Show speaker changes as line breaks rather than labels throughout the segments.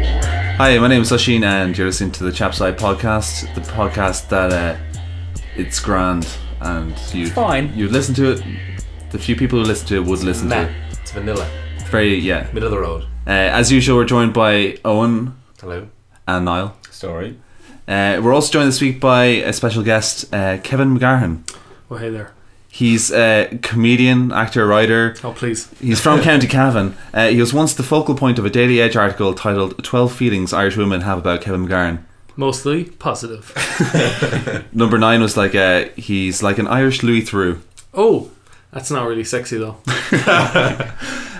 Hi, my name is Sashin, and you're listening to the Chapside podcast, the podcast that uh, it's grand, and you
fine.
You listen to it. The few people who listen to it would listen
Nah,
to it.
it's vanilla.
It's very yeah.
Middle of the road.
Uh, as usual, we're joined by Owen
Hello.
and Niall.
Sorry.
Uh, we're also joined this week by a special guest, uh, Kevin McGarhan.
Well, Oh, hey there.
He's a comedian, actor, writer.
Oh, please.
He's from County Cavan. Uh, he was once the focal point of a Daily Edge article titled 12 Feelings Irish Women Have About Kevin McGarren.
Mostly positive.
Number 9 was like, uh, he's like an Irish Louis Theroux.
Oh, that's not really sexy though.
Uh,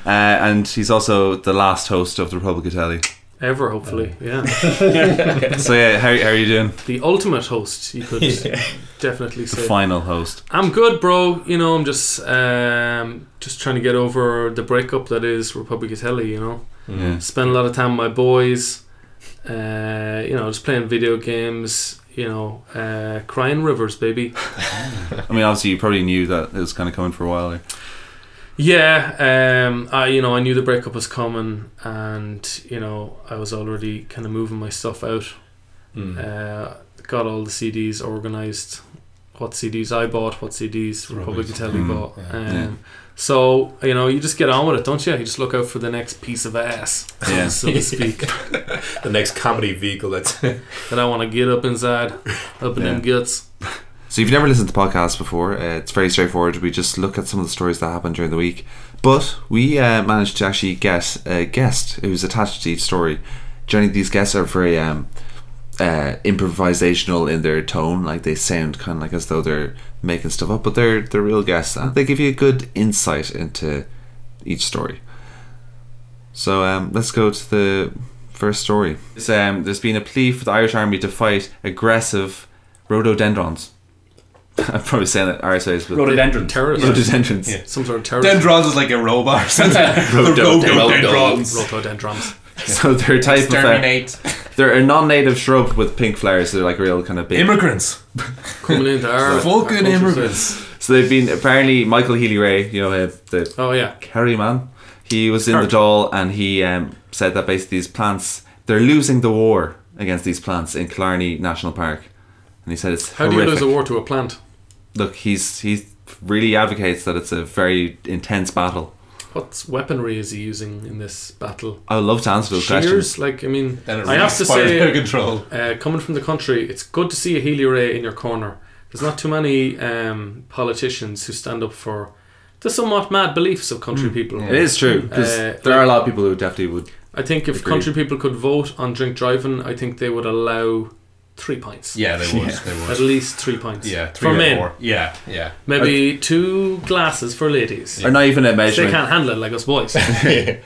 and he's also the last host of the Republic of Telly.
Ever, hopefully. Yeah.
So, yeah, how, how are you doing?
The ultimate host, you could definitely
The
say.
final host.
I'm good, bro. You know, I'm just um, just trying to get over the breakup that is Republic of Telly, you know.
Yeah.
Spend a lot of time with my boys, uh, you know, just playing video games, you know, uh, crying rivers, baby.
I mean, obviously, you probably knew that it was kind of coming for a while. Like.
Yeah, um, I you know I knew the breakup was coming, and you know I was already kind of moving my stuff out.
Mm.
Uh, got all the CDs organized. What CDs I bought, what CDs
Republic.
Republic of Telly
Mm,
bought.
yeah.
Um,
Yeah.
So you know you just get on with it, don't you? You just look out for the next piece of ass,
Yeah.
so to speak,
The next comedy vehicle that's
that I want to get up inside, up in
Yeah.
them guts.
So if you've never listened to the podcast before, uh, it's very straightforward. We just look at some of the stories that happened during the week. But we uh, managed to actually get a guest who's attached to each story. Generally, these guests are very um, uh, improvisational in their tone. Like they sound kind of like as though they're making stuff up, but they're they're real guests, and they give you a good insight into each story. So um, let's go to the first story. It's, um, there's been a plea for the Irish Army to fight aggressive rhododendrons. I'm probably saying that Irish ways, but
Rhododendron.
Terrorist,
rhododendrons.
Yeah.
some sort of terrorist.
Dendrons is like a robot or something. the rhododendrons.
Rhododendrons.
So they're a type of uh,
Exterminate.
they're a non-native shrub with pink flowers. So they're like real kind of big.
Immigrants.
Coming into our our
Vulcan
culture, so-
immigrants.
so they've been apparently Michael Healy Ray, you know uh, the
Oh yeah.
Kerry man. He was in the doll and he um, said that basically these plants they're losing the war against these plants in Killarney National Park, and he said it's
How do you
horrific.
lose a war to a plant?
Look, he's he really advocates that it's a very intense battle.
What weaponry is he using in this battle?
I would love to answer those questions.
Shears? Like, I mean, I have to
out of
say,
control.
uh, coming from the country, it's good to see a Healy Ray in your corner. There's not too many um, politicians who stand up for the somewhat mad beliefs of
Hmm.
country people.
It is true because
Uh,
there are a lot of people who definitely would.
I think if
Agreed.
country people could vote on drink driving, I think they would allow three pints.
Yeah, they would. They
At
would.
least three pints.
Yeah, three
for
or
men.
four. Yeah, yeah.
Maybe two glasses for ladies.
Or not even a
They
measurement.
can't handle it like us boys.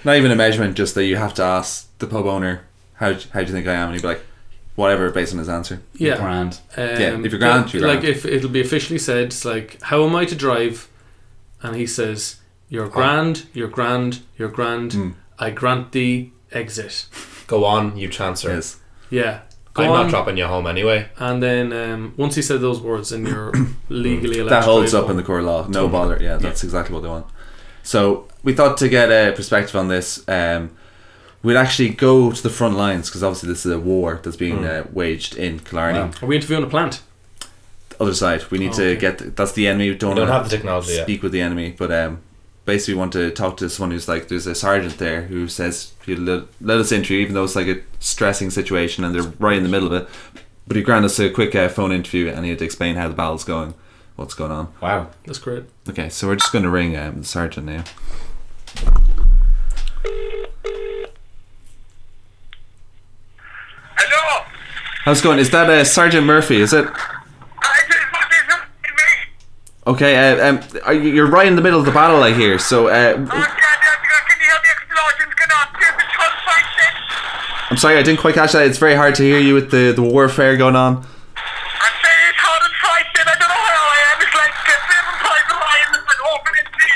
Not even a measurement, just that you have to ask the pub owner, how, d- how do you think I am? And he'd be like, whatever, based on his answer.
yeah.
Grand.
Um,
Yeah, if you're grand,
but,
you're grand.
Like if it'll be officially said, it's like, "How am I to drive?" And he says, "You're grand, you're grand, you're grand.
Hmm.
I grant thee exit."
go on, you chancer.
Yes.
Yeah, go
I'm
on.
not dropping you home anyway.
and then um, once he said those words, and you're legally allowed,
That
to
holds
drive
up in the
home.
core of law. No bother. Yeah, that's exactly what they want. So we thought to get a perspective on this, um, we'd actually go to the front lines because obviously this is a war that's being uh, waged in Killarney.
Wow.
Are we interviewing a plant?
Other side, we need
Okay.
to get th- that's the enemy. We don't,
We don't
wanna
have the technology yet.
speak with the enemy, but um, basically we want to talk to someone who's like there's a sergeant there who says "You let, let us into you, even though it's like a stressing situation and they're right in the middle of it. But he granted us a quick uh, phone interview and he had to explain how the battle's going, what's going on.
Wow.
That's great.
Okay, so we're just going to ring um, the sergeant now.
Hello?
How's it going? Is that uh, Sergeant Murphy? Is it?
I said, what is up with me?
Okay, uh, um, are you, you're right in the middle of the battle, I hear. So uh,
Oh,
w-
God, God, can you hear the explosions going on? There's a gunfight then.
I'm sorry, I didn't quite catch that. It's very hard to hear you with the, the warfare going on.
I'm saying it's hard and fight then. I don't know how I am. It's like uh, seven times the line and then open it the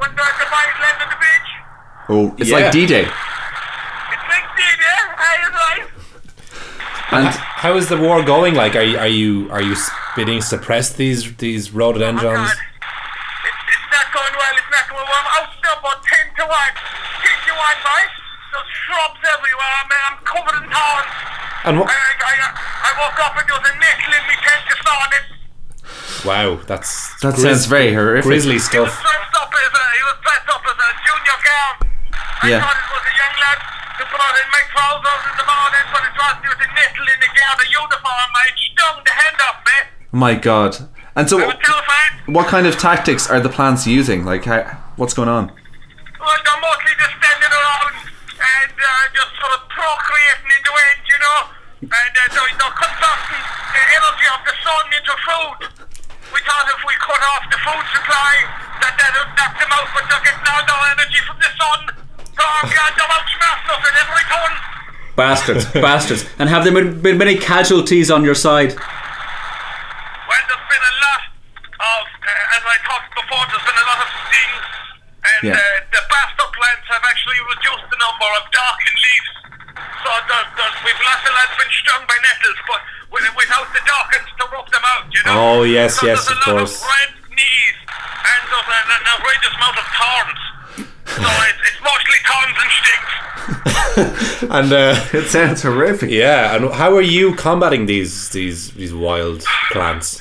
when there's a mine left on the beach.
Oh, it's
Yeah.
like D-Day.
It's like dead, eh? I am oh right.
And
How is the war going? Like, are you are you are you being suppressed these these rhododendrons?
Oh, God. It's, it's not going well. It's not going well. I'm outnumbered 10 to 1. 10 to 1, right? There's shrubs everywhere. I'm, I'm covered in towels.
And
I,
what?
I, I, I woke up and there was a nettle in my tent this morning.
Wow, that's
That
grizz-
sounds very horrific.
grisly
He was
stuff.
dressed up as a uh, he was dressed up as a junior girl. I
Yeah.
thought it was a young lad who brought in my trousers in the morning, but it wasn't. It was a nettle in the girl, the uniform. I stung the hand off me.
My God. And
I
so,
was terrified.
what kind of tactics are the plants using? Like, how, what's going on?
Well, they're mostly just standing around and uh, just sort of procreating in the wind, you know. And uh, they're, they're converting the energy of the sun into food. We thought if we cut off the food supply, that that would knock them out, but they're getting all their energy from the sun. So, oh God, they're outsmarting us at every turn.
Bastards, bastards. And have there been, been many casualties on your side?
Well, there's been a lot of, uh, as I talked before, there's been a lot of stings, and
Yeah.
uh, the bastard plants have actually reduced the number of darkened leaves. So there's, there's, we've lots of lads been stung by nettles, but with, without the darkens to rub them out, you know.
Oh, yes,
so
yes, of
there's a lot
course.
Of red knees, and there's an, an outrageous amount of thorns. So it's, it's mostly thorns and stings.
And uh,
It sounds horrific.
yeah, and how are you combating these these these wild plants?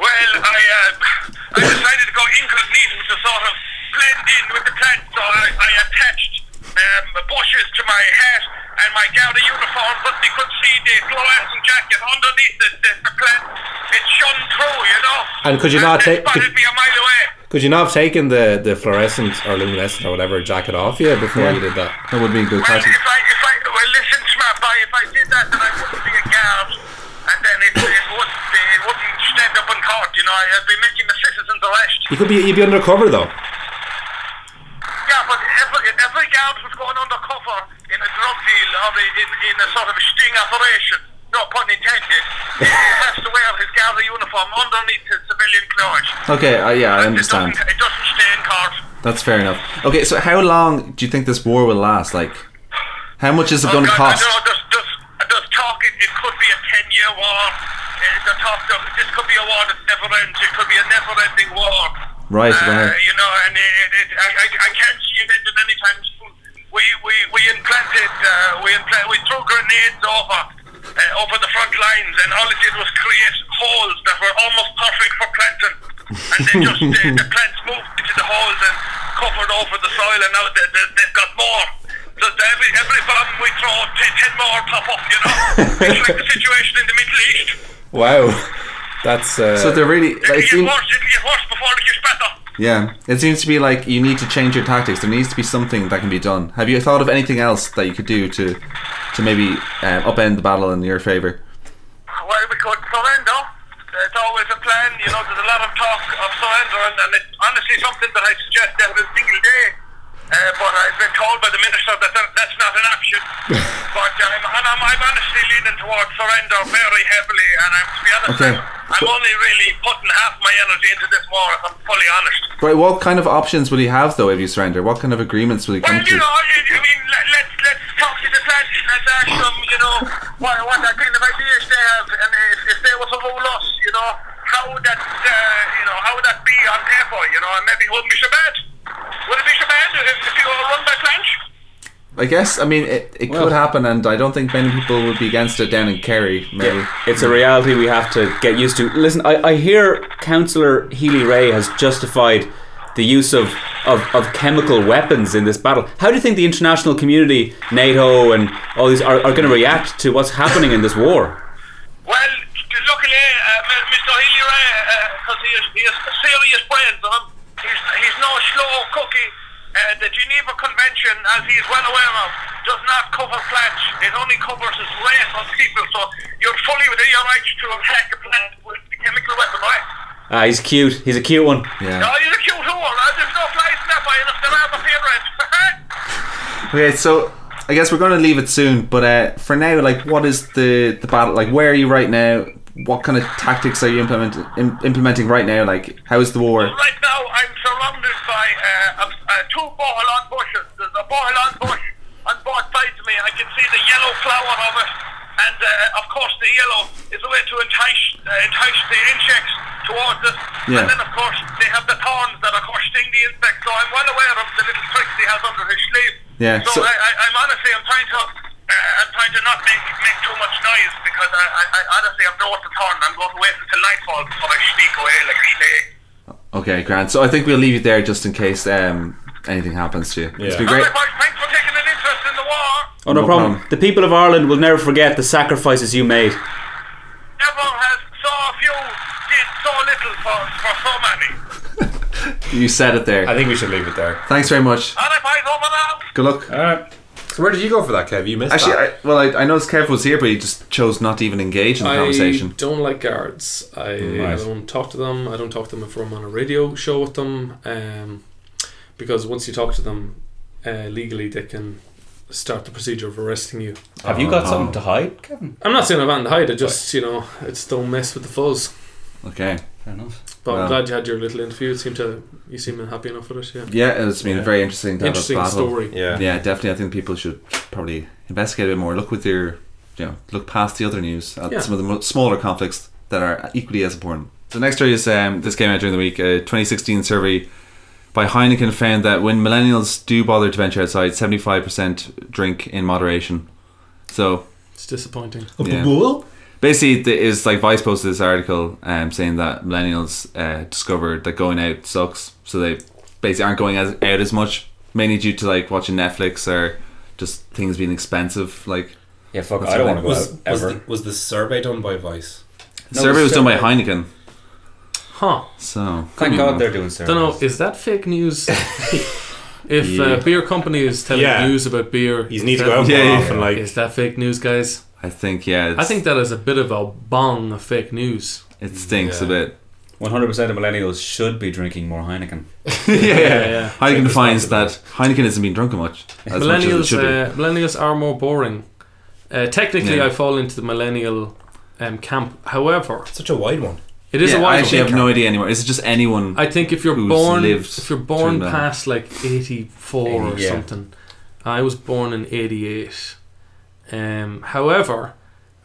Well, I uh, I decided to go incognito to sort of blend in with the plant, so I, I attached um, bushes to my hat and my Gouda uniform, but you could see the fluorescent jacket underneath the, the, the plant. It shone through, you know.
And could you not
they
take-
spotted
could-
me a mile away?
Could you not have taken the the fluorescent or luminescent or whatever jacket off you before
Yeah.
you did that?
That would be a good
Well,
tactic.
if I if I well listen, smart boy, if I did that, then I wouldn't be a guard, and then it, it would be, it wouldn't stand up in court, you know. I'd be making the citizens arrest.
You could be you'd be undercover though.
Yeah, but uh, every, every guard was going undercover in a drug deal or in, in, in a sort of a sting operation, not pun intended, he has to wear his Garda uniform underneath his civilian clothes.
Okay, uh, yeah, I understand.
It doesn't, it doesn't stay in court.
That's fair enough. Okay, so how long do you think this war will last? Like, how much is it going to
God,
cost?
I don't know, there's, there's, there's talk it, it could be a 10 year war. Uh, the talk of, this could be a war that never ends. It could be a never ending war.
Right,
Uh,
right.
You know, and it, it, it, I, I, I can't see it ending anytime soon. We, we, we implanted, uh, we, impla- we threw grenades over. Uh, over the front lines, and all it did was create holes that were almost perfect for planting. And then just uh, the plants moved into the holes and covered over the soil, and now they, they, they've got more. So every every bomb we throw, ten, ten more pop up. You know, it's like the situation in the Middle East.
Wow, that's uh,
So they're really. It
It gets
seems,
worse. It gets worse before it gets better.
yeah, it seems to be like you need to change your tactics. There needs to be something that can be done. Have you thought of anything else that you could do to, to maybe um, upend the battle in your favor?
Well, we could surrender. It's always a plan. You know, there's a lot of talk of surrender, and, and it's honestly something that I suggest every single day. Uh, but I've been told by the minister that, that that's not an option. but um, and I'm, I'm honestly leaning towards surrender very heavily, and I'm to be honest,
Okay.
I'm, I'm only really putting half my energy into this war. If I'm fully honest.
Right, what kind of options will you have though if you surrender? What kind of agreements will you
Well,
come
you
to?
know, you, you mean let, let's let's talk to the plants. Let's ask them, you know, what what that kind of ideas they have, and if, if they were to rule us, you know, how would that, uh, you know, how would that be on paper, you know, and maybe it wouldn't be so bad. Would it be so bad if, if you were run by plants?
I guess I mean it, it
Well-
could happen, and I don't think many people would be against it down in Kerry. Maybe.
It's a reality we have to get used to. Listen, I, I hear Councillor Healy Ray has justified the use of, of, of chemical weapons in this battle. How do you think the international community, NATO, and all these are, are going to react to what's happening in this war?
Well, luckily, uh, M- Mr. Healy Ray, because he, is, he has serious brains on him, he's, he's no slow cookie. Uh, the Geneva Convention, as he's well aware of, does not cover plants. It only covers a race of people. So you're fully within your rights to attack a plant with a chemical weapon, right?
Ah, he's cute. He's a cute one.
Yeah.
Oh, you're a cute whore. Uh, there's no flies in that way, and if there are, my favourite.
Okay, so I guess we're going to leave it soon, but uh, for now, like, what is the the battle? Like, where are you right now? What kind of tactics are you implement, im- implementing right now? Like, how is the war?
Right now, I'm surrounded by uh, a- uh, two Boholon bushes. There's a Boholon bush on both sides of me. I can see the yellow flower of it, and uh, of course, the yellow is a way to entice uh, entice the insects towards us.
Yeah.
And then, of course, they have the thorns that, of course, sting the insects. So I'm well aware of the little tricks he has under his sleeve.
Yeah.
So,
So,
I, I, I'm honestly, I'm trying to, uh, I'm trying to not make make too much noise because I, I, I honestly have no what to turn. I'm going to wait until nightfall before I sneak away like a snake.
okay, Grant. So I think we'll leave it there just in case um, anything happens to you. It's been great.
Alright, boys, thanks for taking an interest in the war.
Oh, no,
No
problem.
problem.
The people of Ireland will never forget the sacrifices you made.
Never has so few did so little for, for so many.
You said
I
it there.
think we should leave it there.
Thanks very much.
Alright, boys, over now.
Good luck.
Uh,
So where did you go for that, Kev? You missed
Actually,
that.
I, well, I, I noticed Kev was here, but he just chose not to even engage in the
I
conversation.
don't like guards. I, I don't talk to them. I don't talk to them if I'm on a radio show with them. Um, because once you talk to them uh, legally, they can start the procedure of arresting you.
Have you got something
Oh,
to hide, Kevin?
I'm not saying I've had to hide. I just, you know, it's don't mess with the fuzz.
Okay.
Fair enough.
But
Wow.
I'm glad you had your little interview. It seemed to you seem happy enough with it. Yeah.
Yeah, it's been very interesting. To
Interesting
have a battle.
story.
Yeah.
Yeah, definitely. I think people should probably investigate a bit more. Look with your, you know, look past the other news at
Yeah.
some of the mo- smaller conflicts that are equally as important. The next story is um, this came out during the week. A 2016 survey by Heineken found that when millennials do bother to venture outside, 75% drink in moderation. So
It's disappointing.
yeah. Basically, the, is like Vice posted this article um, saying that millennials uh, discovered that going out sucks, so they basically aren't going as, out as much, mainly due to like watching Netflix or just things being expensive. Like
Yeah, fuck,
That's
I don't want
something.
to go out
was,
ever.
the, was the survey done by Vice?
the survey was done by Heineken,
Huh.
so
Hmm.
Thank God they're doing so.
Don't know. Is that fake news? if uh, beer companies tell
Yeah.
news about beer,
You need to
that-
go out more
Yeah, yeah.
often, like
Is that fake news, guys?
I think yeah, it's,
I think that is a bit of a bong of fake news.
it stinks a
Yeah.
bit.
100% of millennials should be drinking more Heineken.
yeah,
yeah.
Heineken defines that Heineken hasn't been drunken much. As much as it
millennials,
should be.
uh, millennials are more boring. Uh, technically,
Yeah.
I fall into the millennial um, camp. However,
such a wide one.
it is
Yeah,
a
I
wide.
actually
one.
have no idea anymore. Is it just anyone?
I think if you're
who's
born,
lived
if you're born
through that.
past like eighty four or
Yeah.
something, I was born in eighty eight. Um, however,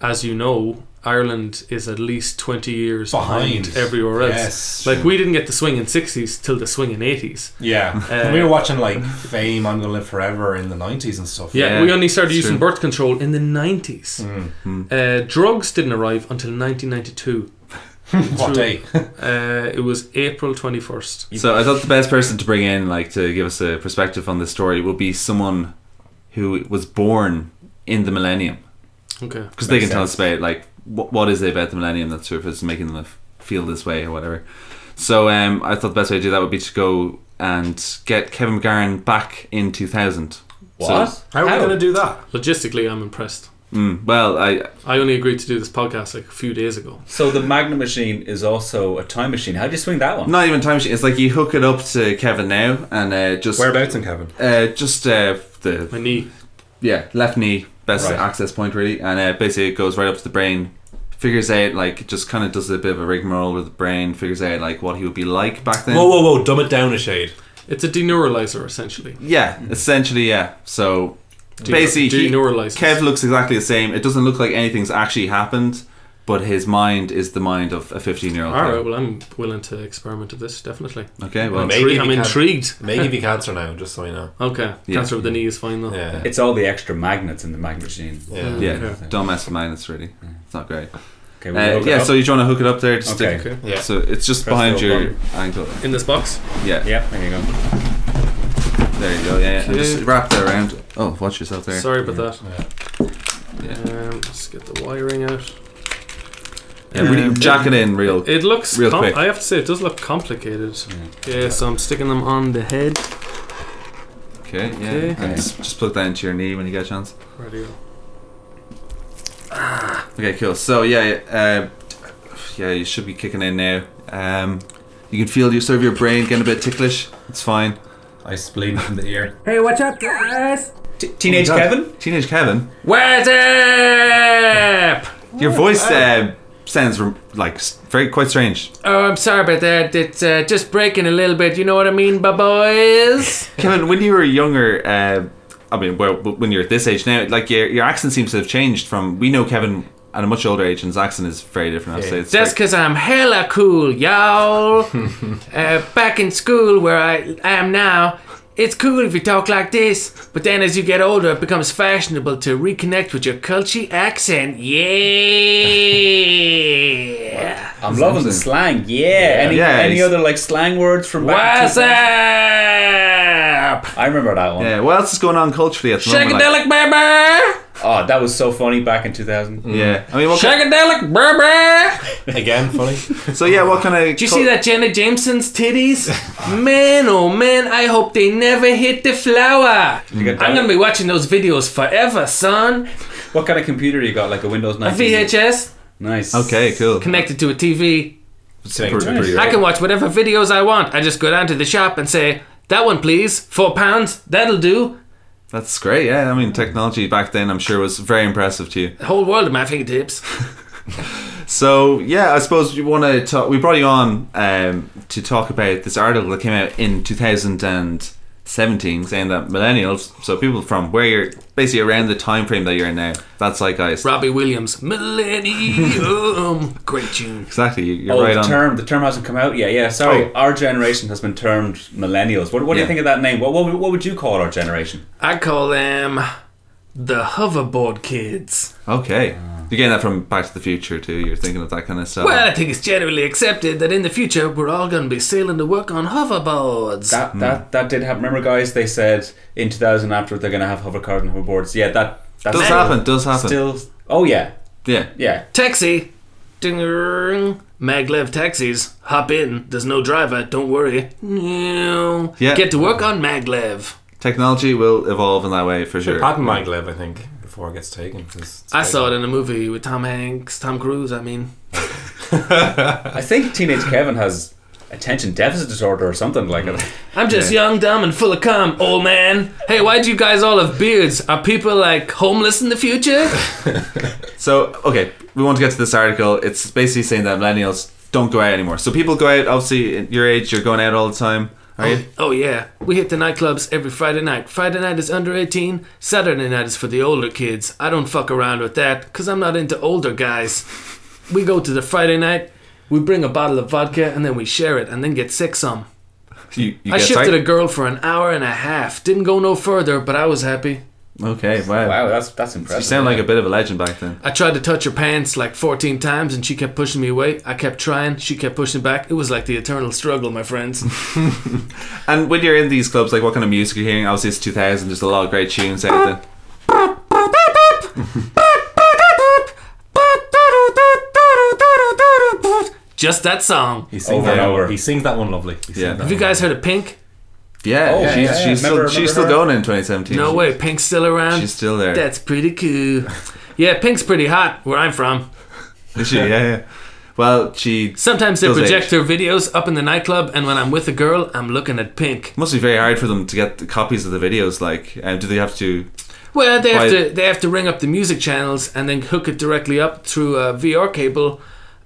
as you know, Ireland is at least twenty years behind,
Behind.
everywhere else.
Yes.
Like we didn't get the swing in sixties till the swing in eighties.
Yeah.
Uh,
we were watching like Fame, I'm Gonna Live Forever in the 90s and stuff.
Yeah,
Yeah,
we only started
it's
using
true. Mm,
birth control in the 90s. Uh, drugs didn't arrive until 1992.
What day?
Uh, it was April 21st.
So I thought the best person to bring in, like, to give us a perspective on this story, would be someone who was born in the millennium,
Okay.
because they can
Makes
tell us about like what, what is it about the millennium that's sort of is making them f- feel this way or whatever. So um, I thought the best way to do that would be to go and get Kevin McGarren back in 2000.
What?
So,
How are we gonna do that?
Logistically, I'm impressed.
mm, well, I
I only agreed to do this podcast like a few days ago.
So the Magnum machine is also a time machine. How do you swing that one?
not even time machine. It's like you hook it up to Kevin now and uh, just
Whereabouts in Kevin?
uh, just uh, the
My knee.
yeah, left knee, best
Right.
access point really, and uh, basically it goes right up to the brain, figures out like it just kind of does a bit of a rigmarole with the brain, figures out like what he would be like back then.
Whoa, whoa, whoa! Dumb it down a shade.
It's a deneuralizer, essentially.
Yeah, essentially, yeah. So basically,
do you
he-
neuralize
Kev
this?
looks exactly the same. It doesn't look like anything's actually happened, but his mind is the mind of a fifteen-year-old.
All right, well, I'm willing to experiment with this, definitely.
Okay, well,
Maybe
Intri-
we
I'm
can-
intrigued.
May give you cancer now, just so you know.
Okay.
Yeah.
Cancer of the knee is fine, though.
Yeah.
It's all the extra magnets in the Magnum machine.
Yeah.
yeah,
okay.
don't mess with minus really. It's not great.
Okay, we'll
Uh,
hook it
yeah,
up.
so you want to hook it up there? Just
Okay.
to-
Okay.
Yeah.
So it's just
Press
behind
the
your
old
ankle.
In this box.
Yeah.
Yeah, there you go.
There you go. Yeah, yeah. And just
Okay.
wrap that around. Oh, watch yourself there.
Sorry about that.
Yeah.
Um, let's get the wiring out.
Yeah, really
Um,
jack it in real.
It looks.
Real
com-
quick.
I have to say, it does look complicated. Yeah. so I'm sticking them on the head.
okay. Yeah.
okay.
And just, just plug that into your knee when you get a chance.
Radio.
Okay. Cool. So yeah, uh, yeah, you should be kicking in now. Um, you can feel your sort of your brain getting a bit ticklish. It's fine.
I spleen from the ear.
Hey, what's up, guys?
T- teenage Kevin?
Teenage Kevin,
Where's up?
your
Oh,
voice uh, sounds rem- like s- very quite strange.
Oh, I'm sorry about that. It's uh, just breaking a little bit. You know what I mean, my boys?
Kevin, when you were younger. Uh, I mean, well, w- when you're at this age now, like your, your accent seems to have changed from. We know Kevin at a much older age, and his accent is very different. I'd say it's
That's
like-
because I'm hella cool, y'all. uh, back in school, where I am now, It's cool if you talk like this, but then as you get older, it becomes fashionable to reconnect with your culture accent. Yeah.
I'm loving the slang. Yeah. Any,
Yeah,
any
it's-
other like slang words from back?
What's
to-
up?
I remember that one.
Yeah, what else is going on culturally at the moment? like-
Shagadelic baby!
Oh, that was so funny back in 2000.
yeah, I mean, what kind,
Shagadelic baby!
Again, funny.
so yeah, what kind of?
Did you see that Jenna Jameson's titties? Man, oh man, I hope they never hit the flower.
get
I'm
that?
gonna be watching those videos forever, son.
What kind of computer you got? Like a Windows 90?
VHS
Nice.
Okay, cool.
connected to a TV.
Pretty- pretty
I
good.
can watch whatever videos I want. I just go down to the shop and say, that one please, four pounds, that'll do.
That's great. Yeah, I mean, technology back then, I'm sure, was very impressive to you.
The whole world at my fingertips.
So yeah, I suppose you want to talk. We brought you on um, to talk about this article that came out in 2017, saying that millennials, so people from where you're basically around the time frame that you're in now, that's like guys.
Robbie Williams, Millennium. Great tune.
Exactly, you- you're
Oh,
right
the
on.
term. The term hasn't come out yet. Yeah, sorry.
Oh.
Our generation has been termed millennials. What, what do
Yeah.
you think of that name? What, what, what would you call our generation?
I call them the hoverboard kids.
Okay, you're getting that from Back to the Future too. You're thinking of that kind of stuff.
Well, I think it's generally accepted that in the future we're all going to be sailing to work on hoverboards.
That that that did happen. Remember, guys, they said in 2000 after they're gonna have hovercars and hoverboards. Yeah, that that
does
still-
happen? Does happen?
Still. Oh yeah,
yeah.
yeah.
Taxi. Ding. Maglev taxis. Hop in. There's no driver. Don't worry. No.
Yeah.
Get to work on Maglev.
Technology will evolve in that way for sure.
Patent might live, I think, before it gets taken. 'cause it's
I saw it in a movie with Tom Hanks, Tom Cruise. I mean,
I think teenage Kevin has attention deficit disorder or something like it.
Mm. I'm just young, dumb, and full of cum, old man. Hey, why do you guys all have beards? Are people like homeless in the future?
So, okay, we want to get to this article. It's basically saying that millennials don't go out anymore. So people go out, obviously, at your age, you're going out all the time, are you?
oh yeah, we hit the nightclubs every Friday night. Friday night is under 18. Saturday night is for the older kids. I don't fuck around with that, cause I'm not into older guys. We go to the Friday night. We bring a bottle of vodka and then we share it and then get sick some.
You, you
I
get
shifted a
tight?
girl for an hour and a half. Didn't go no further, but I was happy.
Okay, wow.
Wow, that's that's
You
impressive.
sound like a bit of a legend back then.
I tried to touch her pants like 14 times and she kept pushing me away. I kept trying, she kept pushing back. It was like the eternal struggle, my friends.
And when you're in these clubs, like what kind of music you're hearing? Obviously, it's 2000. There's a lot of great tunes out there.
Just that song.
He sings
Over
that
and
one-
over.
He sings that one lovely. He sings
Yeah.
that
Have you guys heard of Pink?
Yeah,
Oh,
she's,
yeah, yeah.
she's still
Remember-
she's
remember
still
her?
going in 2017.
No way, Pink's still around.
She's still there.
That's pretty cool. Yeah, Pink's pretty hot where I'm from.
Is she? Yeah, yeah. Well, she
Sometimes they
Those
project their videos up in the nightclub, and when I'm with a girl, I'm looking at Pink.
must be very hard for them to get the copies of the videos. Like, um, do they have to?
Well, they
Why-
have to they have to ring up the music channels and then hook it directly up through a VR cable,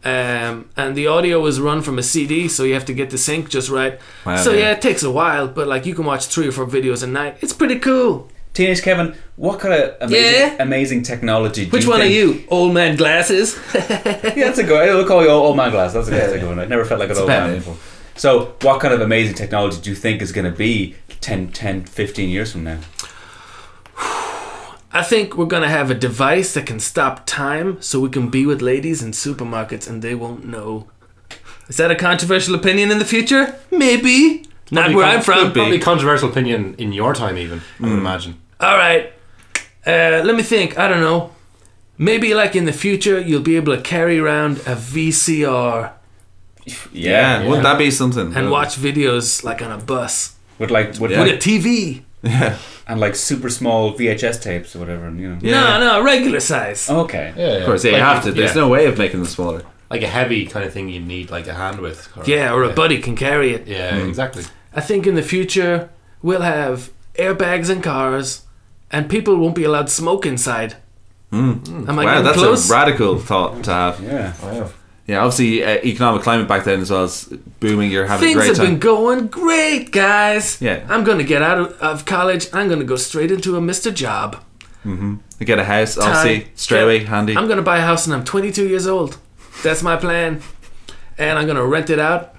um, and the audio is run from a CD, so you have to get the sync just right.
Wow,
so
yeah.
yeah, it takes a while, but like you can watch three or four videos a night. It's pretty cool.
teenage Kevin. What kind of amazing,
Yeah.
amazing technology? Do
Which
you
one
think-
are you, old man glasses?
Yeah, that's a good. We'll call you old man glass. That's a, that's a good one. I never felt like an old
bad
man
name.
before. So, what kind of amazing technology do you think is going to be 10, 10, 15 years from now?
I think we're gonna have a device that can stop time, so we can be with ladies in supermarkets and they won't know. Is that a controversial opinion in the future? Maybe. Not
Probably
where
con-
I'm from.
Probably controversial opinion in your time, even. I would imagine.
All right. Uh, let me think. I don't know. Maybe like in the future, you'll be able to carry around a VCR
Yeah, wouldn't
yeah.
that be something?
and watch videos like on a bus
With like with,
Oh. Yeah.
with a TV.
and like super small VHS tapes or whatever. You know.
Yeah.
No, no, regular size.
Okay.
Yeah,
Of course, yeah, you have to. There's no way of making them smaller.
like a heavy kind of thing you need, like a hand with. Or,
Yeah, or a buddy can carry it.
Yeah, exactly.
I think in the future, we'll have airbags in cars, and people won't be allowed to smoke inside. Am I
Hmm. wow,
getting
that's
close? Oh,
a radical thought to have.
Yeah.
Wow.
Yeah, obviously, uh, economic climate back then as well is booming. You're having
Things
a great
have
time.
been going great, guys.
Yeah.
I'm gonna get out of, of college. I'm gonna go straight into a Mr. Job.
You get a house, obviously,
time.
straight
Yeah.
away, handy.
I'm gonna buy a house and I'm 22 years old. That's my plan, and I'm gonna rent it out.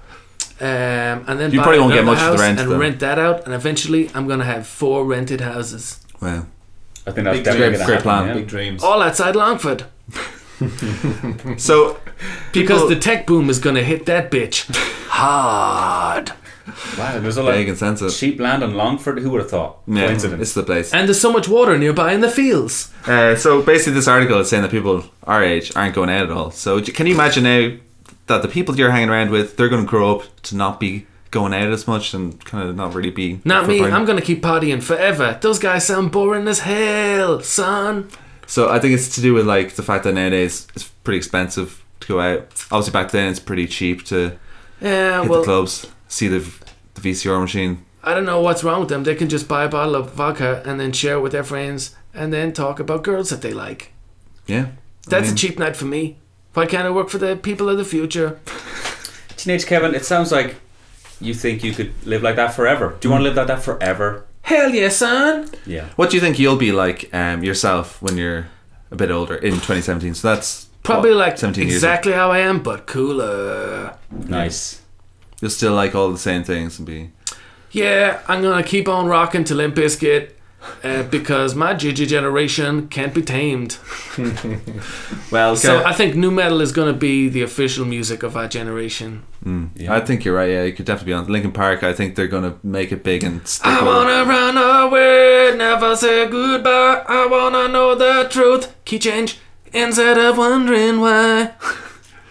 Um, and then
You
buy
probably won't get
another
much for the
house
rent,
and
though.
rent that out, and eventually I'm gonna have four rented houses,
Wow.
I think that's
Big
definitely
dream.
gonna
Great
happen,
plan.
yeah.
Big dreams.
all outside Longford,
So
because
People-
the tech boom is gonna hit that bitch hard.
Wow, there's a lot
big
of
and sensitive.
cheap land in Longford. Who would have thought?
Yeah,
Coincidence.
it's the place.
And there's so much water nearby in the fields.
Uh, so basically, this article is saying that people our age aren't going out at all. So j- can you imagine now that the people you're hanging around with, they're going to grow up to not be going out as much and kind of not really be.
Not me.
frequent.
I'm gonna keep partying forever. Those guys sound boring as hell, son.
So I think it's to do with like the fact that nowadays it's pretty expensive to go out. Obviously, back then it's pretty cheap to
Yeah,
hit the
well,
clubs, see the v- the VCR machine.
I don't know what's wrong with them. They can just buy a bottle of vodka and then share it with their friends, and then talk about girls that they like.
Yeah,
That's
mean-
a cheap night for me. Why can't I work for the people of the future?
Teenage Kevin, it sounds like you think you could live like that forever. Do you want to live like that forever?
Hell yeah, son!
Yeah.
What do you think you'll be like um, yourself when you're a bit older in 2017? So that's
Probably
what,
like
17 years old?
exactly how I am, but cooler.
Nice.
You'll still like all the same things and be.
Yeah, I'm gonna keep on rocking to Limp Bizkit uh, because my Gigi generation can't be tamed.
Well,
So I think new metal is gonna be the official music of our generation.
I think you're right. Yeah, you could definitely be on Lincoln Park. I think they're gonna make it big and stick.
I
with it.
wanna run away, never say goodbye. I wanna know the truth, key change, instead of wondering why.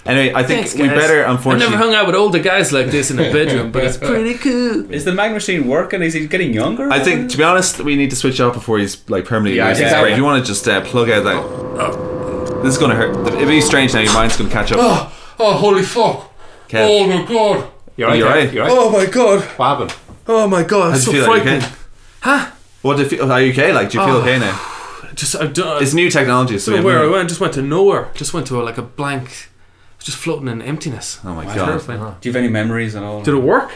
Anyway, I think
Thanks,
we
guys.
better
I
unfortunately.
never hung out with older guys like this in a bedroom, but it's pretty cool.
Is the mag machine working? Is he getting younger?
I think, to be honest, we need to switch off before he's like permanently.
Yeah, I
loses
think
his
so.
brain. If you want to just uh, plug out that. This is gonna hurt. It'd be strange now. Your mind's gonna catch up.
Oh, holy fuck.
Kev,
Oh my god.
You're
You're
right. You're
right.
right. You're right.
Oh my god.
What happened?
Oh my god.
how
That's
do
so
you feel? Are you okay?
frightening.
What do you feel? Are you okay? Like, do you feel
Oh.
okay now?
Just I don't.
It's new technology, so
I don't
we
know where I
haven't-
went. Just went to nowhere. Just went to a, like a blank. Just floating in emptiness.
Oh my
It's
god!
terrifying.
Do you have any memories and all?
Did it work?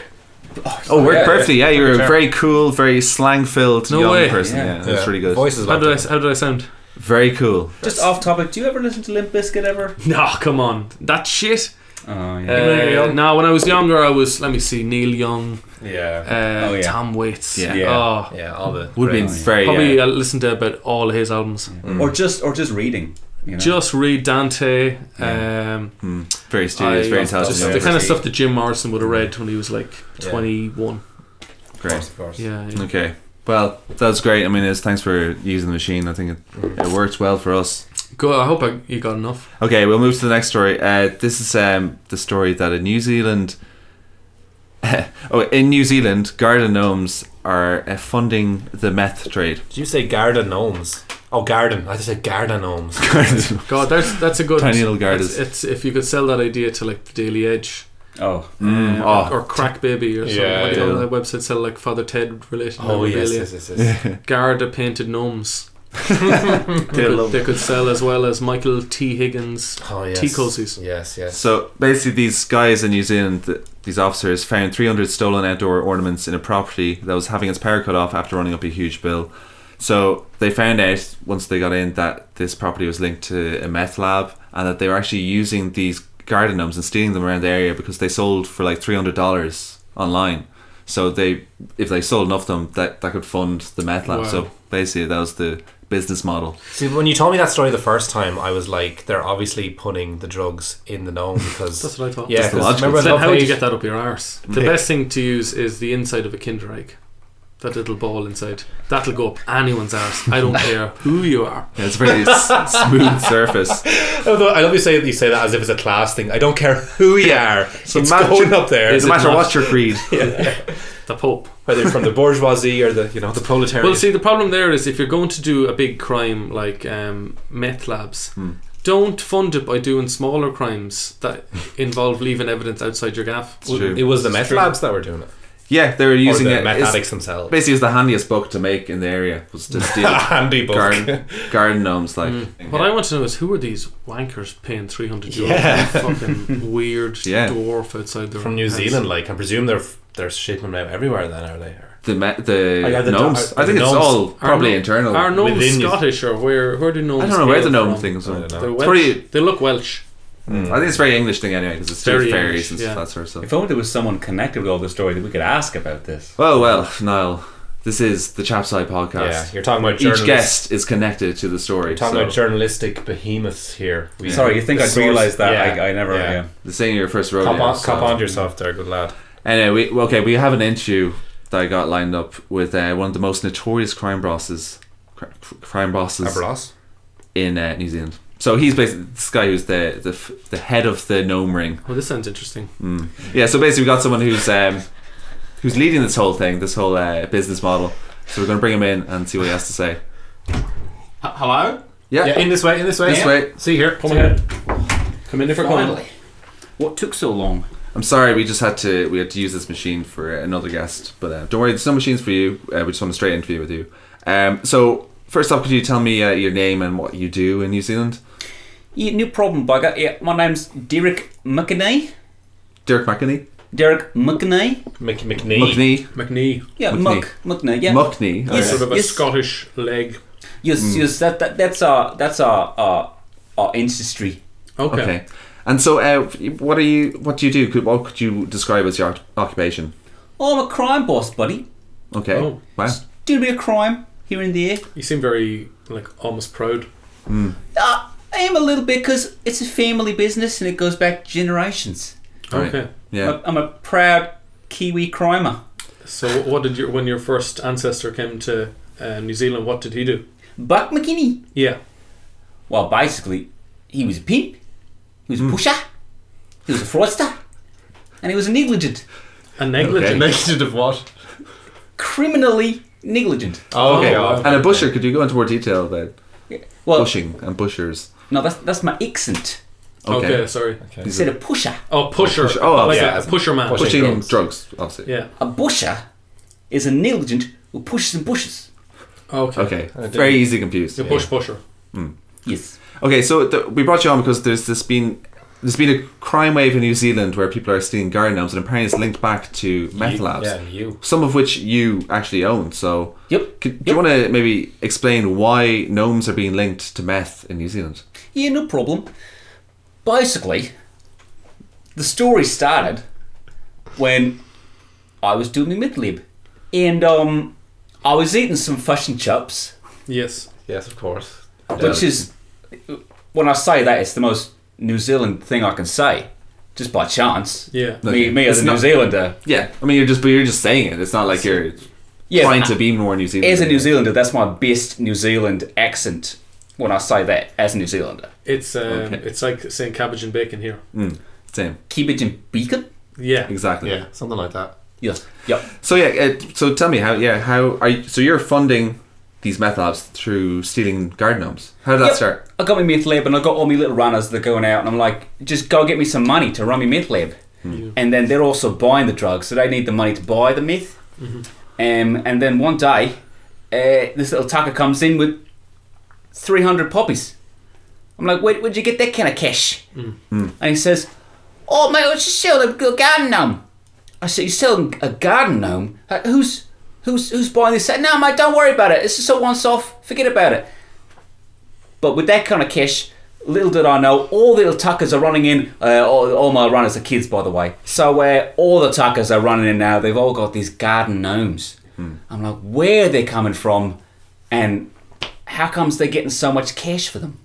Oh, worked
Yeah, yeah.
perfectly. Yeah, you were a
Sure.
very cool, very slang-filled
No
young
way.
person. Yeah,
Yeah.
that's really good.
Voices
How
like
did I? How did I sound?
Very cool.
Just off topic, do you ever listen to Limp Bizkit ever?
No, come on. That shit.
Oh,
Uh,
yeah.
no, when I was younger, I was. Let me see. Neil Young.
Yeah.
Uh,
Oh, yeah.
Tom Waits.
Yeah.
Yeah.
Oh,
Yeah, all the.
Would be
Right.
very.
probably
yeah.
I listened to about all his albums.
Or just or just reading. You know?
Just read Dante. Um,
Mm, very studious,
I-
very intelligent.
just
yeah.
the kind of stuff that Jim Morrison would have read when he was like 21.
Great.
Of course.
Yeah. yeah.
Okay. Well, that was great. I mean, it's thanks for using the machine. I think it, it works well for us.
Go. I hope I, you got enough.
Okay, we'll move to the next story. Uh, this is um, the story that in New Zealand, oh, in New Zealand, garden gnomes are uh, funding the meth trade.
Did you say garden gnomes? Oh, garden. I just said garden gnomes.
God, that's that's a good
Tiny little
it's-
garters.
It's, if you could sell that idea to like the Daily Edge
Oh.
Mm,
uh,
oh.
or Crack Baby or something.
Yeah,
what do you
yeah.
call that website sell like Father Ted related?
Oh yes,
memorabilia?
yes, yes, yes.
Garda painted gnomes. they,
They'll
could,
love
they could sell as well as Michael T Higgins.
Oh yes.
Tea cozies.
Yes, yes.
So basically, these guys in New Zealand, th- these officers, found 300 stolen outdoor ornaments in a property that was having its power cut off after running up a huge bill. So they found out once they got in that this property was linked to a meth lab and that they were actually using these garden gnomes and stealing them around the area because they sold for like $300 online. So they, if they sold enough of them, that that could fund the meth lab.
Wow.
So basically, that was the business model.
See, when you told me that story the first time, I was like, they're obviously putting the drugs in the gnome because.
That's what I thought.
Yeah,
That's the
'cause
logical
remember
step.
Then
love
how would you
page?
get that up your arse? The
Yeah.
best thing to use is the inside of a Kinder Egg. That little ball inside. That'll go up anyone's arse. I don't care who you are.
Yeah, it's a very s- smooth surface.
Although I love you say that you say that as if it's a class thing. I don't care who you are. it's
imagine-
going up there,
Is
No
it
matter
not-
what your creed.
The Pope.
whether you're from the bourgeoisie or the you know the proletariat.
Well, see, the problem there is if you're going to do a big crime like um, meth labs,
Hmm.
don't fund it by doing smaller crimes that involve leaving evidence outside your gaff.
It's true.
it was the meth
true.
labs that were doing it,
Yeah, they were using
or the
it.
meth
It's-
addicts themselves.
Basically, it was the handiest book to make in the area was to steal
Handy book.
garden, garden gnomes. Like,
What I want to know is who are these wankers paying 300 euros for a fucking weird
Yeah.
dwarf outside their
from New
house?
Zealand. Like, I presume they're they're shipping them out everywhere. Then are they?
the me- the
Oh, yeah, the
gnomes.
do-
I think
the
it's
gnomes.
all
Are
probably
gno-
internal.
Are gnomes
Within New-
Scottish or where? Where do gnomes?
I don't know where the
hail
gnome
from?
thing is.
I don't know.
They're
It's
Welsh.
probably
They look Welsh.
I think it's a very English thing anyway because it's very
Very
fairies
English,
and
yeah.
that sort of stuff.
If only there was someone connected with all the story that we could ask about this.
Well, well, Niall, this is the Chapside podcast.
Yeah, you're talking about
Each
journalists.
guest is connected to the story.
You're talking
so
about journalistic behemoths here. We-
Sorry, you think
the
I'd
source-
realise that?
yeah,
I, I never.
yeah.
Yeah.
the thing your first rodeo.
Cop on,
so-
cop on to yourself there, good lad.
Anyway, we, okay, we have an interview that I got lined up with uh, one of the most notorious crime bosses, cr- cr- crime bosses
Aberos.
in uh, New Zealand. So he's basically this guy who's the the, f- the head of the gnome ring.
Oh, this sounds interesting.
Mm. Yeah, so basically we got someone who's um, who's leading this whole thing, this whole uh, business model. So we're going to bring him in and see what he has to say.
Hello.
Yeah,
Yeah, in this way, in this way.
This way.
See here. Come
Come in if you're
What took so long?
I'm sorry, we just had to we had to use this machine for another guest, but uh, don't worry, there's no machines for you. Uh, we just want a straight interview with you. Um, so first off, could you tell me uh, your name and what you do in New Zealand?
Yeah, no problem, bugger. Yeah, my name's Derek McInerney.
Derek McKinney.
Derek McInerney.
Mc, McNee.
McNee.
McNee.
Yeah,
McNee.
Muck McInerney. Yeah.
Muckney. Hmm.
Yes.
Sort of a
Yes.
Scottish leg.
Yes, yes. That, that that's our that's our our, our ancestry.
Okay.
Okay. And so, uh, what are you? What do you do? Could, what could you describe as your oc- occupation?
Oh, I'm a crime boss, buddy.
Okay.
Oh.
Wow.
Do a bit of crime here and there.
You seem very like almost proud.
Uh, I am a little bit because it's a family business and it goes back generations.
Right.
Okay. Uh,
Yeah.
I'm a proud Kiwi crimer.
So, what did your when your first ancestor came to uh, New Zealand? What did he do?
Buck McKinney.
Yeah.
Well, basically, he was a pimp, he was a pusher, he was a fraudster, and he was a negligent.
A negligent.
Negative of what?
Criminally negligent.
Oh, okay.
wow.
And a busher. Could you go into more detail about
Well,
bushing and bushers?
no, that's, that's my accent.
Okay.
Okay.
sorry.
I said a pusher.
Oh, pusher.
pusher. Oh,
like
yeah.
a pusher man.
Pusher.
Pushing drugs,
drugs.
obviously.
Yeah.
A busher is a negligent who pushes and pushes.
Okay.
Okay. Very easy to confuse.
The bush pusher.
Yes.
Okay, so th- we brought you on because there's this been there's been a crime wave in New Zealand where people are stealing garden gnomes, and apparently it's linked back to meth labs.
Yeah, you.
Some of which you actually own. So,
Yep.
could, do you want to maybe explain why gnomes are being linked to meth in New Zealand?
Yeah, no problem. Basically, the story started when I was doing my midlib. And um, I was eating some fish and chips,
Yes.
Yes, of course.
which
Um,
is, when I say that, it's the most New Zealand thing I can say, just by chance.
Yeah.
Me, me as
It's
a New
not-
Zealander.
Yeah, I mean you're just but you're just saying it. It's not like you're
Yes,
trying to be more New Zealand.
as a New Zealander, that's my best New Zealand accent when I say that as a New Zealander.
It's um,
Okay.
it's like saying cabbage and bacon here.
Same,
Kibbage and beacon?
Yeah.
exactly.
Yeah, something like that.
Yes. Yep.
So yeah, uh, so tell me how yeah how are you, so you're funding these meth labs through stealing garden gnomes? How did that
Yep.
start?
I got my meth lab and I got all my little runners that are going out and I'm like, just go get me some money to run my meth lab.
Hmm.
And then they're also buying the drugs, so they need the money to buy the meth. Um, and then one day, uh, this little tucker comes in with 300 poppies. I'm like, where, where'd you get that kind of cash?
Hmm.
And he says, oh mate, I just sell a g- garden gnome. I said, you selling a garden gnome? Uh, Who's, who's, who's buying this? He said, No mate, don't worry about it. It's just a once off. Forget about it. But with that kind of cash, little did I know, all the little tuckers are running in. Uh, all, all my runners are kids, by the way. So uh, all the tuckers are running in now. They've all got these garden gnomes. I'm like, where are they coming from? And how comes they're getting so much cash for them?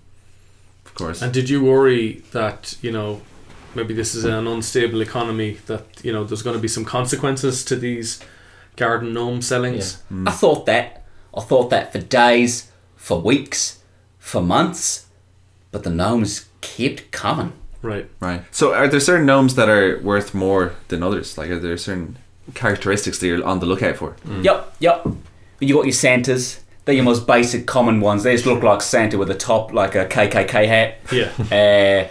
Of course.
And did you worry that you know maybe this is an unstable economy that you know there's going to be some consequences to these garden gnome sellings?
I thought that. I thought that for days, for weeks, for months. But the gnomes kept coming.
Right.
Right. So are there certain gnomes that are worth more than others? Like are there certain characteristics that you're on the lookout for?
Mm.
Yep, yep. You got your Santas. They're your most basic, common ones. They just look like Santa with a top, like a KKK hat.
Yeah.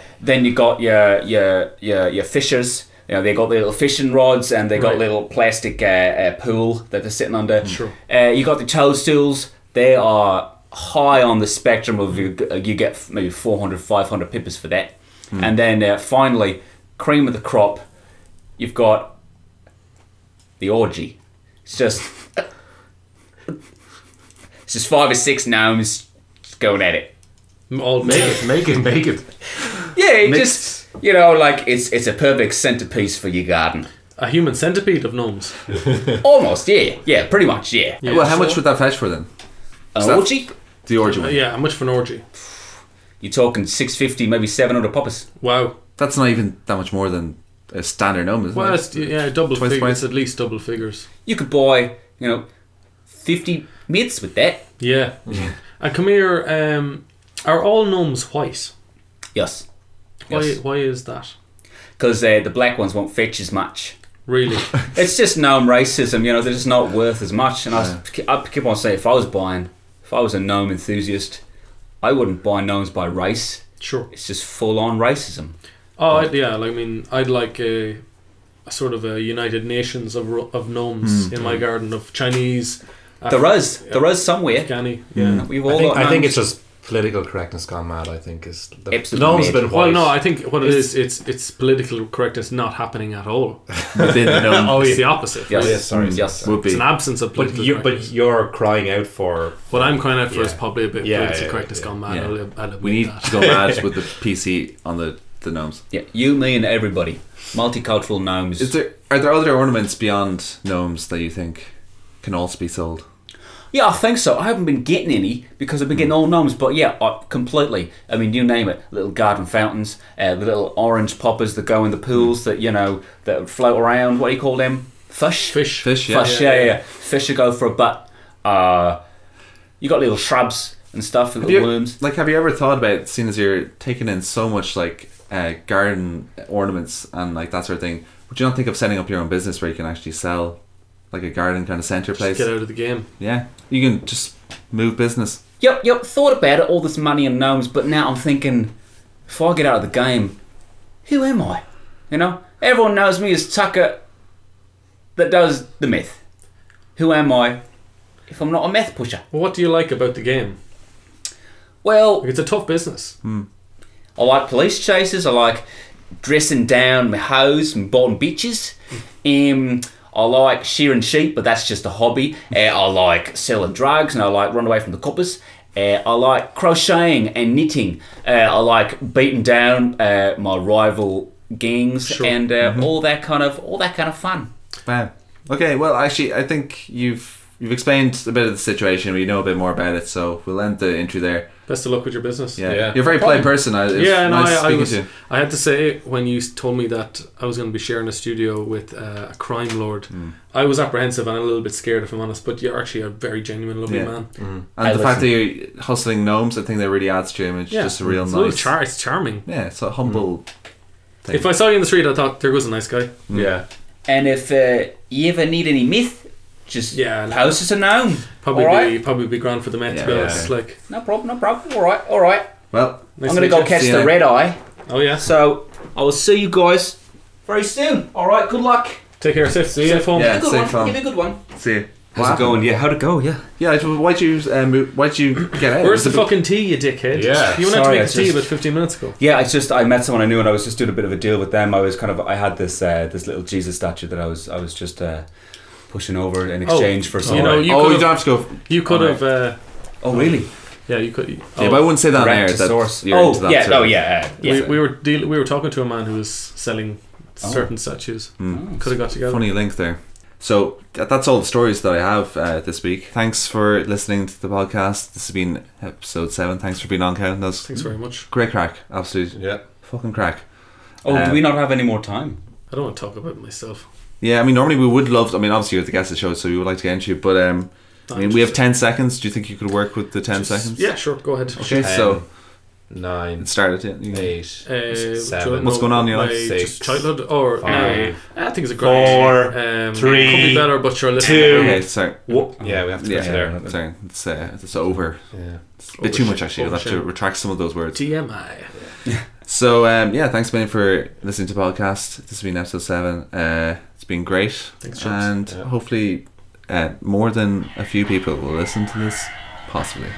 Uh, then you got your your your your fishers. You know, they got little fishing rods and they got
Right.
little plastic uh, uh, pool that they're sitting under.
Sure.
Uh, you got the toadstools. They are high on the spectrum of you, you get maybe 400, 500 pippers for that.
Hmm.
And then uh, finally, cream of the crop, you've got the orgy. It's just it's just five or six gnomes going at it.
All
Make
naked.
it, make it, make it.
Yeah, it
Mixed
just You know, like it's it's a perfect centerpiece for your garden.
A human centipede of gnomes.
Almost, yeah, yeah, pretty much, yeah. Uh,
Yeah,
well, how
so-
much would that fetch for then?
An
that-
orgy?
The origin
Uh,
one.
yeah, how much for an orgy?
You're talking six fifty, maybe seven hundred poppers.
Wow.
That's not even that much more than a standard gnome, isn't
Well,
it?
it's, yeah, double
Twice the
figures.
price.
It's at least double figures.
You could buy, you know, fifty mitts with that.
Yeah. and come here, um, are all gnomes white?
Yes,
Why,
Yes.
why is that?
because uh, the black ones won't fetch as much.
Really?
It's just gnome racism, you know. They're just not worth as much. And I, was- I keep on saying, if I was buying, if I was a gnome enthusiast, I wouldn't buy gnomes by race.
sure.
It's just full on racism.
Oh, I'd, yeah. like, I mean, I'd like a, a sort of a United Nations of, ro- of gnomes
Hmm.
in my garden of Chinese.
There is, there is somewhere.
Afghani. Yeah.
We've
I
all
think,
got
I think
gnomes.
it's just political correctness gone mad. I think is the
Absolutely
gnomes
mad.
been white.
Well, no, I think what
It's-
it's, it's it's political correctness not happening at all.
Within the gnome.
Oh,
It's
yeah.
the opposite.
Yes.
really.
Yeah, sorry.
Yes.
Would be.
It's an absence of
But
political
you but
correctness.
you're crying out for
what I'm crying out for is
Yeah.
probably a bit
Yeah,
political
yeah,
correctness
yeah.
gone mad.
Yeah.
I'll, I'll admit
We need
that.
to go mad with the PC on the, the gnomes.
Yeah, you, me, and everybody. Multicultural gnomes.
Is there are there other ornaments beyond gnomes that you think can also be sold?
yeah, I think so. I haven't been getting any because I've been getting all gnomes, but yeah, I, completely. I mean, you name it. Little garden fountains, uh, the little orange poppers that go in the pools that, you know, that float around. What do you call them? Fish?
Fish.
Fish, yeah.
Fish, yeah, yeah. yeah. Fish that go for a butt. Uh, you got little shrubs and stuff, and
Have you-
little worms.
Like, have you ever thought about, seeing as you're taking in so much like uh, garden ornaments and like that sort of thing, would you not think of setting up your own business where you can actually sell like a garden kind of center
Just
place?
get out of the game.
Yeah, you can just move business.
Yep, yep, thought about it, all this money and gnomes, but now I'm thinking, if I get out of the game, who am I? You know? Everyone knows me as Tucker that does the myth. Who am I if I'm not a meth pusher?
Well, what do you like about the game?
Well,
Like, it's a tough business.
I like police chases, I like dressing down my hoes and bottom bitches. Um, I like shearing sheep, but that's just a hobby. Uh, I like selling drugs and I like running away from the coppers. Uh, I like crocheting and knitting. Uh, I like beating down uh, my rival gangs and uh, all that kind of all that kind of fun.
Wow. Okay. Well, actually, I think you've you've explained a bit of the situation. We know a bit more about it, so we'll end the intro there.
Best of luck with your business.
Yeah,
Yeah.
you're a very polite person. I, it's
Yeah, no,
nice
I, I,
speaking
was,
to you.
I had to say when you s- told me that I was going to be sharing a studio with uh, a crime lord,
Hmm.
I was apprehensive and a little bit scared, if I'm honest. But you're actually a very genuine, lovely
Yeah.
man.
And
I
the fact that
listen.
you're hustling gnomes, I think that really adds to your image.
Yeah,
Just a real
it's
nice.
char- it's charming.
yeah, it's a humble. thing.
If I saw you in the street, I thought there goes a nice guy.
Yeah.
And if uh, you ever need any myth, just
Yeah, no.
post us a gnome.
Probably
all
be
right,
probably be grand for the Met. to be
Yeah.
honest. Like,
no problem, no problem. All right, all right.
well,
nice
I'm gonna
to
go
meet you.
catch
See
the
ya.
red eye.
Oh yeah,
So I will see you guys very soon. All right, good luck.
take care. Safe, safe home.
yeah,
Good
safe
one.
fun.
Give me a good one.
See you.
How's it going? Yeah, how'd it go? Yeah.
Yeah, it- why'd you um, why'd you get out?
Where's the
It was a
fucking tea, you dickhead?
Yeah,
you went out to
sorry,
make
I
a tea
just-
about 15 minutes ago.
Yeah, it's just I met someone I knew, and I was just doing a bit of a deal with them. I was kind of I had this uh, this little Jesus statue that I was I was just uh, pushing over in exchange for
Oh. you
something.
know,
bit-
you
oh,
could
you don't
have,
have to go.
you could have, uh,
oh really?
yeah, you could.
Yeah,
oh.
but I wouldn't say that on
Direct
air.
to
That
source.
You're
oh
into that
yeah,
sort
oh
of-
yeah, uh, yeah.
we, we were deal- we were talking to a man who was selling certain statues. Could have got together.
Oh. Hmm. Funny link there. So th- that's all the stories that I have uh, this week. Thanks for listening to the podcast. This has been episode seven. Thanks for being on, Count. That was
Thanks very much.
great crack. Absolute
yeah.
fucking crack.
Oh,
Um,
do we not have any more time?
I don't want to talk about myself.
Yeah, I mean, normally we would love. I mean, obviously you're the guest of the show, so we would like to get into you. But um, I mean, we have ten seconds. Do you think you could work with the ten seconds?
Yeah, sure. Go ahead.
Okay, so
Nine,
it started. Yeah, you-
eight,
Uh,
seven,
What's going on in your
my
life?
just
Six,
childhood or
five,
no, I think it's a great
four,
um,
three,
could be better, but sure. Listen,
two.
Okay, sorry.
Yeah, we have to
Yeah,
finish there.
sorry. It's, uh, it's over.
Yeah.
It's a bit too much
Overshare-
actually. I'll have to
overshare.
retract some of those words.
TMI.
So um, yeah, thanks Ben for listening to the podcast. This has been episode seven. Uh, it's been great. Thanks,
Chubbs.
and hopefully, uh, more than a few people will listen to this. Possibly.